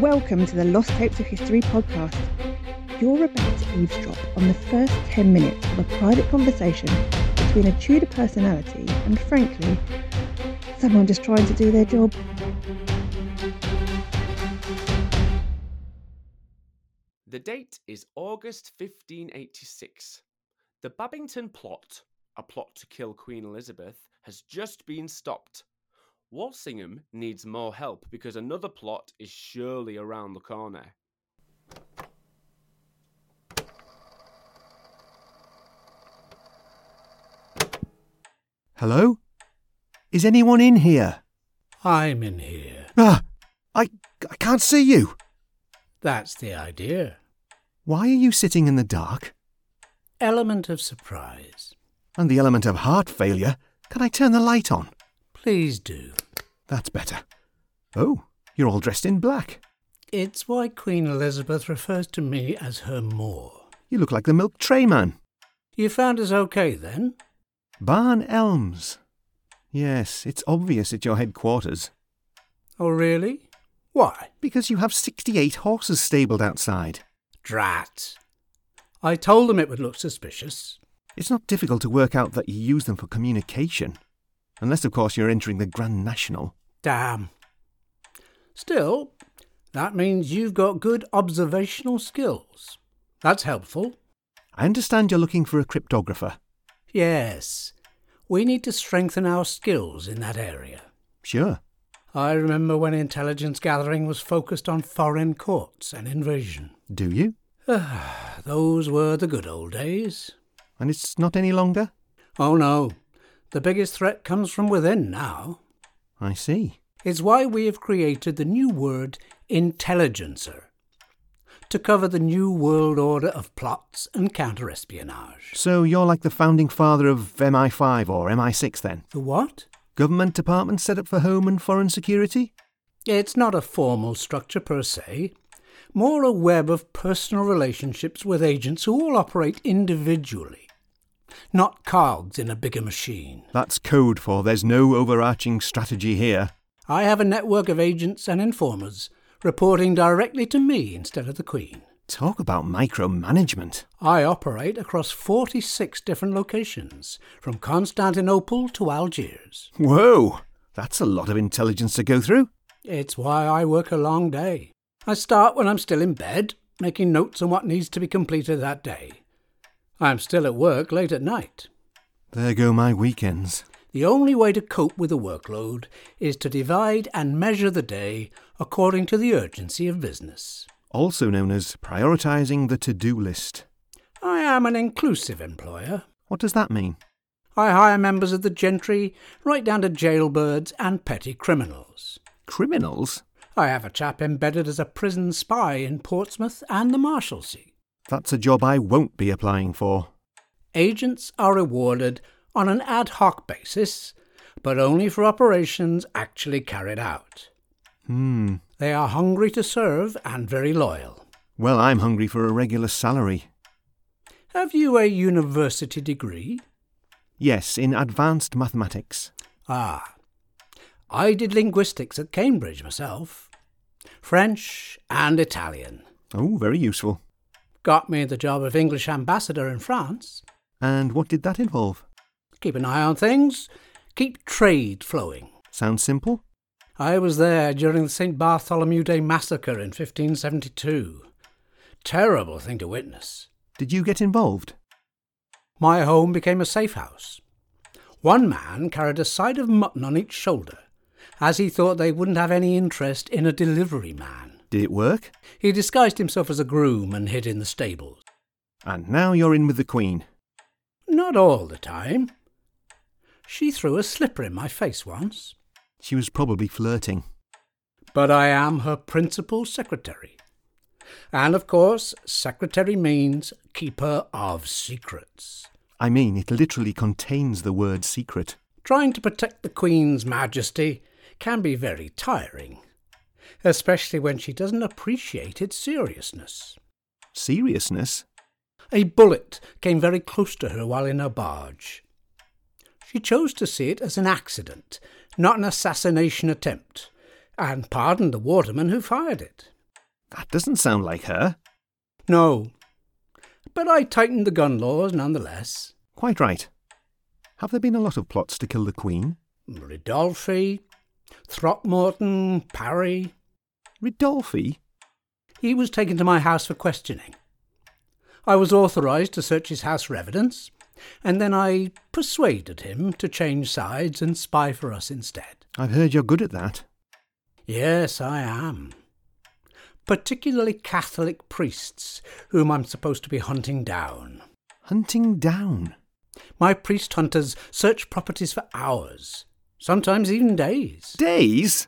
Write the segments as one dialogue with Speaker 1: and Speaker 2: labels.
Speaker 1: Welcome to the Lost Tapes of History podcast. You're about to eavesdrop on the first 10 minutes of a private conversation between a Tudor personality and, frankly, someone just trying to do their job.
Speaker 2: The date is August 1586. The Babington plot, a plot to kill Queen Elizabeth, has just been stopped. Walsingham needs more help because another plot is surely around the corner.
Speaker 3: Hello? Is anyone in here?
Speaker 4: I'm in here.
Speaker 3: Ah, I, I can't see you.
Speaker 4: That's the idea.
Speaker 3: Why are you sitting in the dark?
Speaker 4: Element of surprise.
Speaker 3: And the element of heart failure. Can I turn the light on?
Speaker 4: Please do.
Speaker 3: That's better. Oh, you're all dressed in black.
Speaker 4: It's why Queen Elizabeth refers to me as her Moor.
Speaker 3: You look like the milk tray man.
Speaker 4: You found us okay then?
Speaker 3: Barn Elms. Yes, it's obvious at your headquarters.
Speaker 4: Oh, really? Why?
Speaker 3: Because you have 68 horses stabled outside.
Speaker 4: Drat. I told them it would look suspicious.
Speaker 3: It's not difficult to work out that you use them for communication. Unless, of course, you're entering the Grand National.
Speaker 4: Damn. Still, that means you've got good observational skills. That's helpful.
Speaker 3: I understand you're looking for a cryptographer.
Speaker 4: Yes. We need to strengthen our skills in that area.
Speaker 3: Sure.
Speaker 4: I remember when intelligence gathering was focused on foreign courts and invasion.
Speaker 3: Do you?
Speaker 4: Those were the good old days.
Speaker 3: And it's not any longer?
Speaker 4: Oh no, the biggest threat comes from within now.
Speaker 3: I see.
Speaker 4: It's why we have created the new word intelligencer to cover the new world order of plots and counterespionage.
Speaker 3: So you're like the founding father of MI5 or MI6 then?
Speaker 4: The what?
Speaker 3: Government department set up for home and foreign security?
Speaker 4: It's not a formal structure per se, more a web of personal relationships with agents who all operate individually, not cogs in a bigger machine.
Speaker 3: That's code for there's no overarching strategy here.
Speaker 4: I have a network of agents and informers reporting directly to me instead of the Queen.
Speaker 3: Talk about micromanagement.
Speaker 4: I operate across 46 different locations, from Constantinople to Algiers.
Speaker 3: Whoa! That's a lot of intelligence to go through.
Speaker 4: It's why I work a long day. I start when I'm still in bed, making notes on what needs to be completed that day. I'm still at work late at night.
Speaker 3: There go my weekends.
Speaker 4: The only way to cope with the workload is to divide and measure the day according to the urgency of business.
Speaker 3: Also known as prioritizing the to do list.
Speaker 4: I am an inclusive employer.
Speaker 3: What does that mean?
Speaker 4: I hire members of the gentry, right down to jailbirds and petty criminals.
Speaker 3: Criminals?
Speaker 4: I have a chap embedded as a prison spy in Portsmouth and the Marshalsea.
Speaker 3: That's a job I won't be applying for.
Speaker 4: Agents are awarded on an ad hoc basis, but only for operations actually carried out.
Speaker 3: Hmm.
Speaker 4: They are hungry to serve and very loyal.
Speaker 3: Well, I'm hungry for a regular salary.
Speaker 4: Have you a university degree?
Speaker 3: Yes, in advanced mathematics.
Speaker 4: Ah. I did linguistics at Cambridge myself. French and Italian.
Speaker 3: Oh, very useful.
Speaker 4: Got me the job of English ambassador in France.
Speaker 3: And what did that involve?
Speaker 4: Keep an eye on things. Keep trade flowing.
Speaker 3: Sounds simple?
Speaker 4: I was there during the St. Bartholomew Day massacre in 1572. Terrible thing to witness.
Speaker 3: Did you get involved?
Speaker 4: My home became a safe house. One man carried a side of mutton on each shoulder, as he thought they wouldn't have any interest in a delivery man.
Speaker 3: Did it work?
Speaker 4: He disguised himself as a groom and hid in the stables.
Speaker 3: And now you're in with the Queen.
Speaker 4: Not all the time. She threw a slipper in my face once.
Speaker 3: She was probably flirting.
Speaker 4: but I am her principal secretary. And of course, secretary means keeper of secrets.
Speaker 3: I mean, it literally contains the word secret.
Speaker 4: Trying to protect the Queen's majesty can be very tiring, especially when she doesn't appreciate its seriousness.
Speaker 3: Seriousness?
Speaker 4: A bullet came very close to her while in her barge. She chose to see it as an accident, not an assassination attempt, and pardoned the waterman who fired it.
Speaker 3: That doesn't sound like her.
Speaker 4: No. But I tightened the gun laws nonetheless.
Speaker 3: Quite right. Have there been a lot of plots to kill the Queen?
Speaker 4: Ridolfi, Throckmorton, Parry.
Speaker 3: Ridolfi?
Speaker 4: He was taken to my house for questioning. I was authorised to search his house for evidence, and then I persuaded him to change sides and spy for us instead.
Speaker 3: I've heard you're good at that.
Speaker 4: Yes, I am. Particularly Catholic priests, whom I'm supposed to be hunting down.
Speaker 3: Hunting down.
Speaker 4: My priest hunters search properties for hours, sometimes even days,
Speaker 3: Days?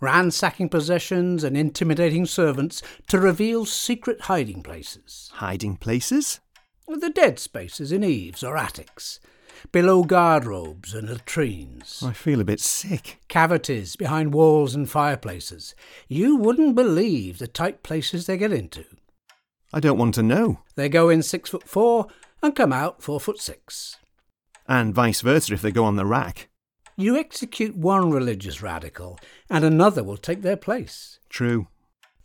Speaker 4: ransacking possessions and intimidating servants to reveal secret hiding places.
Speaker 3: Hiding places?
Speaker 4: The dead spaces in eaves or attics, below guardrobes and latrines,
Speaker 3: I feel a bit sick.
Speaker 4: cavities behind walls and fireplaces. You wouldn't believe the tight places they get into.
Speaker 3: I don't want to know.
Speaker 4: They go in six foot four and come out four foot six.
Speaker 3: And vice versa if they go on the rack.
Speaker 4: You execute one religious radical, and another will take their place.
Speaker 3: True.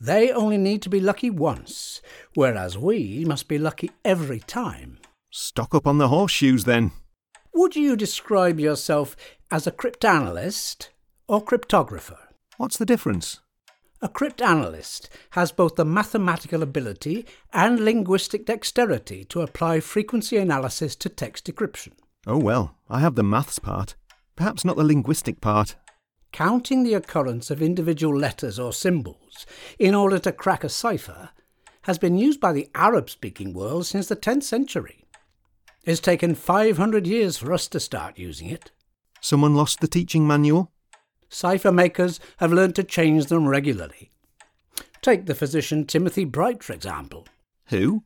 Speaker 4: They only need to be lucky once, whereas we must be lucky every time.
Speaker 3: Stock up on the horseshoes then.
Speaker 4: Would you describe yourself as a cryptanalyst or cryptographer?
Speaker 3: What's the difference?
Speaker 4: A cryptanalyst has both the mathematical ability and linguistic dexterity to apply frequency analysis to text decryption.
Speaker 3: Oh well, I have the maths part. Perhaps not the linguistic part.
Speaker 4: Counting the occurrence of individual letters or symbols in order to crack a cipher has been used by the Arab speaking world since the 10th century. It's taken 500 years for us to start using it.
Speaker 3: Someone lost the teaching manual?
Speaker 4: Cipher makers have learned to change them regularly. Take the physician Timothy Bright, for example.
Speaker 3: Who?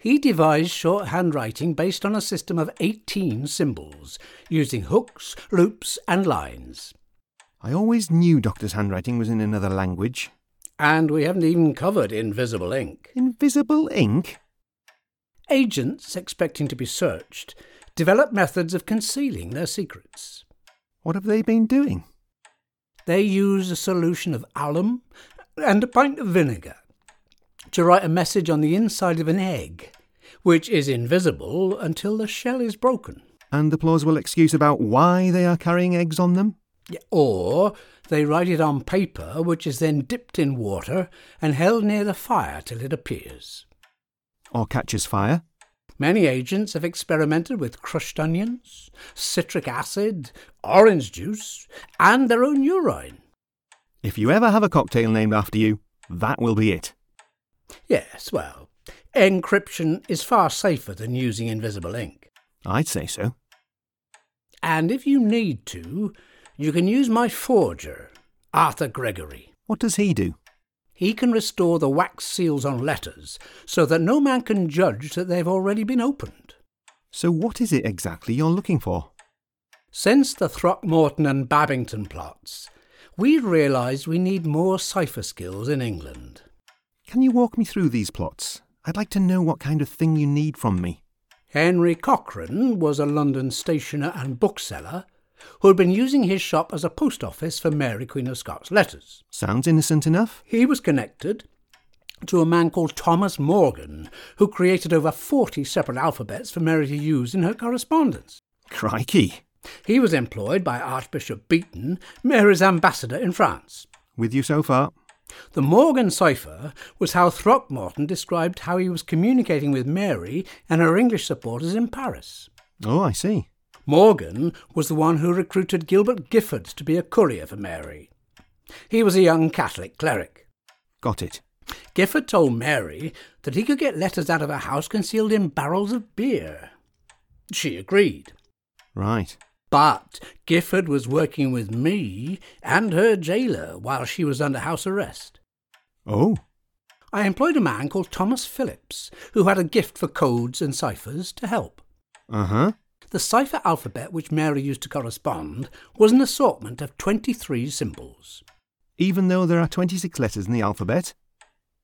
Speaker 4: He devised shorthand writing based on a system of 18 symbols, using hooks, loops, and lines.
Speaker 3: I always knew Doctor's handwriting was in another language.
Speaker 4: And we haven't even covered invisible ink.
Speaker 3: Invisible ink?
Speaker 4: Agents expecting to be searched develop methods of concealing their secrets.
Speaker 3: What have they been doing?
Speaker 4: They use a solution of alum and a pint of vinegar to write a message on the inside of an egg, which is invisible until the shell is broken.
Speaker 3: And the plausible excuse about why they are carrying eggs on them?
Speaker 4: Or they write it on paper, which is then dipped in water and held near the fire till it appears.
Speaker 3: Or catches fire?
Speaker 4: Many agents have experimented with crushed onions, citric acid, orange juice, and their own urine.
Speaker 3: If you ever have a cocktail named after you, that will be it.
Speaker 4: Yes, well, encryption is far safer than using invisible ink.
Speaker 3: I'd say so.
Speaker 4: And if you need to, you can use my forger, Arthur Gregory.
Speaker 3: What does he do?
Speaker 4: He can restore the wax seals on letters so that no man can judge that they've already been opened.
Speaker 3: So, what is it exactly you're looking for?
Speaker 4: Since the Throckmorton and Babington plots, we realised we need more cipher skills in England.
Speaker 3: Can you walk me through these plots? I'd like to know what kind of thing you need from me.
Speaker 4: Henry Cochrane was a London stationer and bookseller who had been using his shop as a post office for Mary Queen of Scots letters.
Speaker 3: Sounds innocent enough?
Speaker 4: He was connected to a man called Thomas Morgan, who created over 40 separate alphabets for Mary to use in her correspondence.
Speaker 3: Crikey!
Speaker 4: He was employed by Archbishop Beaton, Mary's ambassador in France.
Speaker 3: With you so far?
Speaker 4: The Morgan cipher was how Throckmorton described how he was communicating with Mary and her English supporters in Paris.
Speaker 3: Oh, I see.
Speaker 4: Morgan was the one who recruited Gilbert Gifford to be a courier for Mary. He was a young Catholic cleric.
Speaker 3: Got it.
Speaker 4: Gifford told Mary that he could get letters out of her house concealed in barrels of beer. She agreed.
Speaker 3: Right.
Speaker 4: But Gifford was working with me and her jailer while she was under house arrest.
Speaker 3: Oh,
Speaker 4: I employed a man called Thomas Phillips, who had a gift for codes and ciphers, to help.
Speaker 3: uh huh.
Speaker 4: The cipher alphabet which Mary used to correspond was an assortment of 23 symbols.
Speaker 3: Even though there are 26 letters in the alphabet?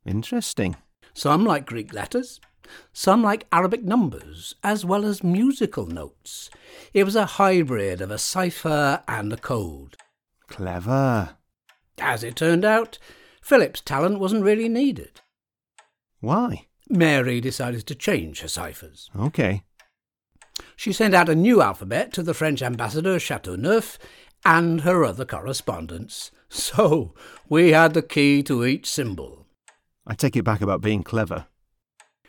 Speaker 3: Interesting.
Speaker 4: Some like Greek letters, some like Arabic numbers, as well as musical notes. It was a hybrid of a cipher and a code.
Speaker 3: Clever.
Speaker 4: As it turned out, Philip's talent wasn't really needed.
Speaker 3: Why?
Speaker 4: Mary decided to change her ciphers.
Speaker 3: Okay.
Speaker 4: She sent out a new alphabet to the French ambassador Chateauneuf and her other correspondents. So we had the key to each symbol.
Speaker 3: I take it back about being clever.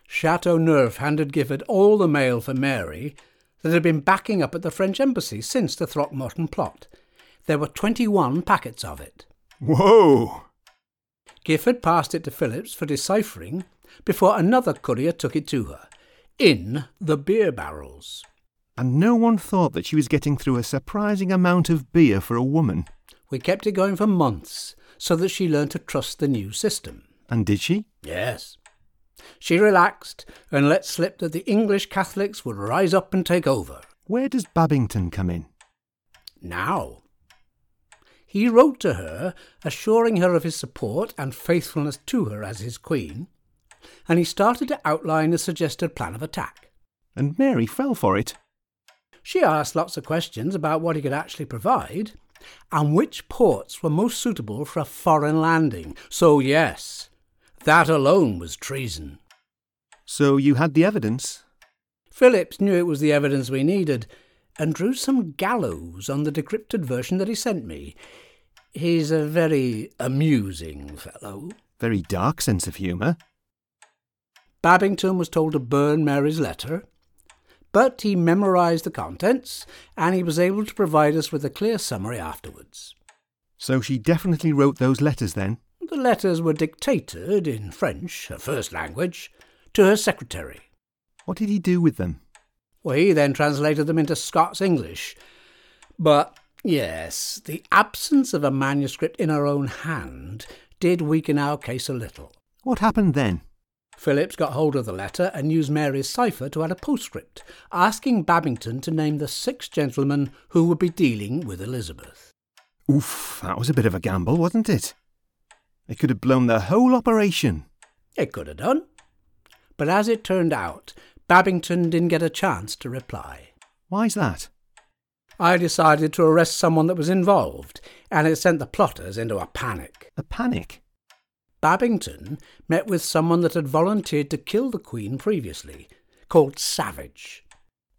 Speaker 4: Chateauneuf handed Gifford all the mail for Mary that had been backing up at the French embassy since the Throckmorton plot. There were 21 packets of it.
Speaker 3: Whoa!
Speaker 4: Gifford passed it to Phillips for deciphering before another courier took it to her in the beer barrels.
Speaker 3: And no one thought that she was getting through a surprising amount of beer for a woman.
Speaker 4: We kept it going for months so that she learned to trust the new system.
Speaker 3: And did she?
Speaker 4: Yes. She relaxed and let slip that the English Catholics would rise up and take over.
Speaker 3: Where does Babington come in?
Speaker 4: Now. He wrote to her, assuring her of his support and faithfulness to her as his queen, and he started to outline a suggested plan of attack.
Speaker 3: And Mary fell for it.
Speaker 4: She asked lots of questions about what he could actually provide and which ports were most suitable for a foreign landing. So, yes, that alone was treason.
Speaker 3: So you had the evidence?
Speaker 4: Phillips knew it was the evidence we needed and drew some gallows on the decrypted version that he sent me. He's a very amusing fellow.
Speaker 3: Very dark sense of humour.
Speaker 4: Babington was told to burn Mary's letter, but he memorised the contents and he was able to provide us with a clear summary afterwards.
Speaker 3: So she definitely wrote those letters then?
Speaker 4: The letters were dictated in French, her first language, to her secretary.
Speaker 3: What did he do with them?
Speaker 4: Well, he then translated them into Scots English. But yes, the absence of a manuscript in her own hand did weaken our case a little.
Speaker 3: What happened then?
Speaker 4: Phillips got hold of the letter and used Mary's cipher to add a postscript, asking Babington to name the six gentlemen who would be dealing with Elizabeth.
Speaker 3: Oof, that was a bit of a gamble, wasn't it? It could have blown the whole operation.
Speaker 4: It could have done. But as it turned out, Babington didn't get a chance to reply.
Speaker 3: Why's that?
Speaker 4: I decided to arrest someone that was involved, and it sent the plotters into a panic.
Speaker 3: A panic.
Speaker 4: Babington met with someone that had volunteered to kill the Queen previously, called Savage.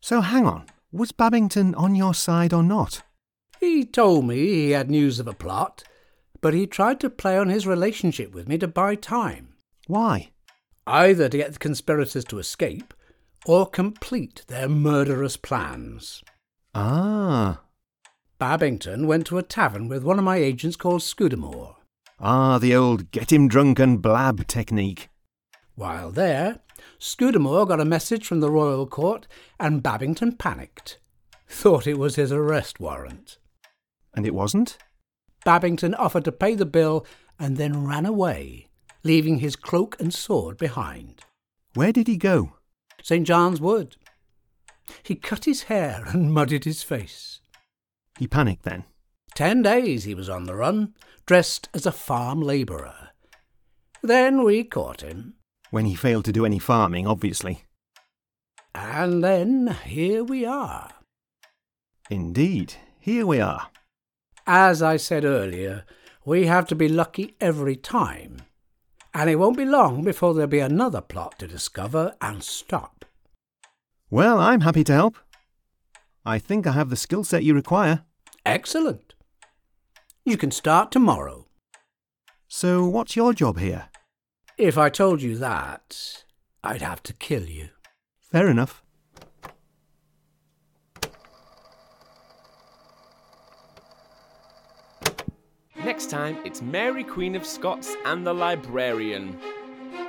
Speaker 3: So hang on, was Babington on your side or not?
Speaker 4: He told me he had news of a plot, but he tried to play on his relationship with me to buy time,
Speaker 3: Why?
Speaker 4: either to get the conspirators to escape or complete their murderous plans.
Speaker 3: Ah,
Speaker 4: Babington went to a tavern with one of my agents called Scudamore.
Speaker 3: ah, the old get him drunk and blab technique.
Speaker 4: While there, Scudamore got a message from the royal court and Babington panicked. Thought it was his arrest warrant.
Speaker 3: And it wasn't?
Speaker 4: Babington offered to pay the bill and then ran away, leaving his cloak and sword behind.
Speaker 3: Where did he go?
Speaker 4: St. John's Wood. He cut his hair and muddied his face.
Speaker 3: He panicked then.
Speaker 4: Ten days he was on the run, dressed as a farm labourer. Then we caught him.
Speaker 3: When he failed to do any farming, obviously.
Speaker 4: And then here we are.
Speaker 3: Indeed, here we are.
Speaker 4: As I said earlier, we have to be lucky every time. And it won't be long before there'll be another plot to discover and stop.
Speaker 3: Well, I'm happy to help. I think I have the skill set you require.
Speaker 4: Excellent. You can start tomorrow.
Speaker 3: So, what's your job here?
Speaker 4: If I told you that, I'd have to kill you.
Speaker 3: Fair enough.
Speaker 2: Next time, it's Mary Queen of Scots and the Librarian.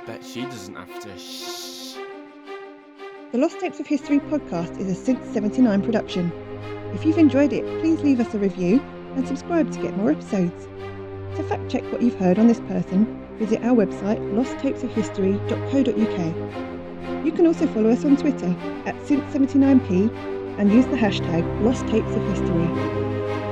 Speaker 2: Bet she doesn't have to shh.
Speaker 1: The Lost Tapes of History podcast is a Since 79 production. If you've enjoyed it, please leave us a review and subscribe to get more episodes. To fact check what you've heard on this person, visit our website losttapesofhistory.co.uk. You can also follow us on Twitter at Since79p and use the hashtag Lost Tapes of History.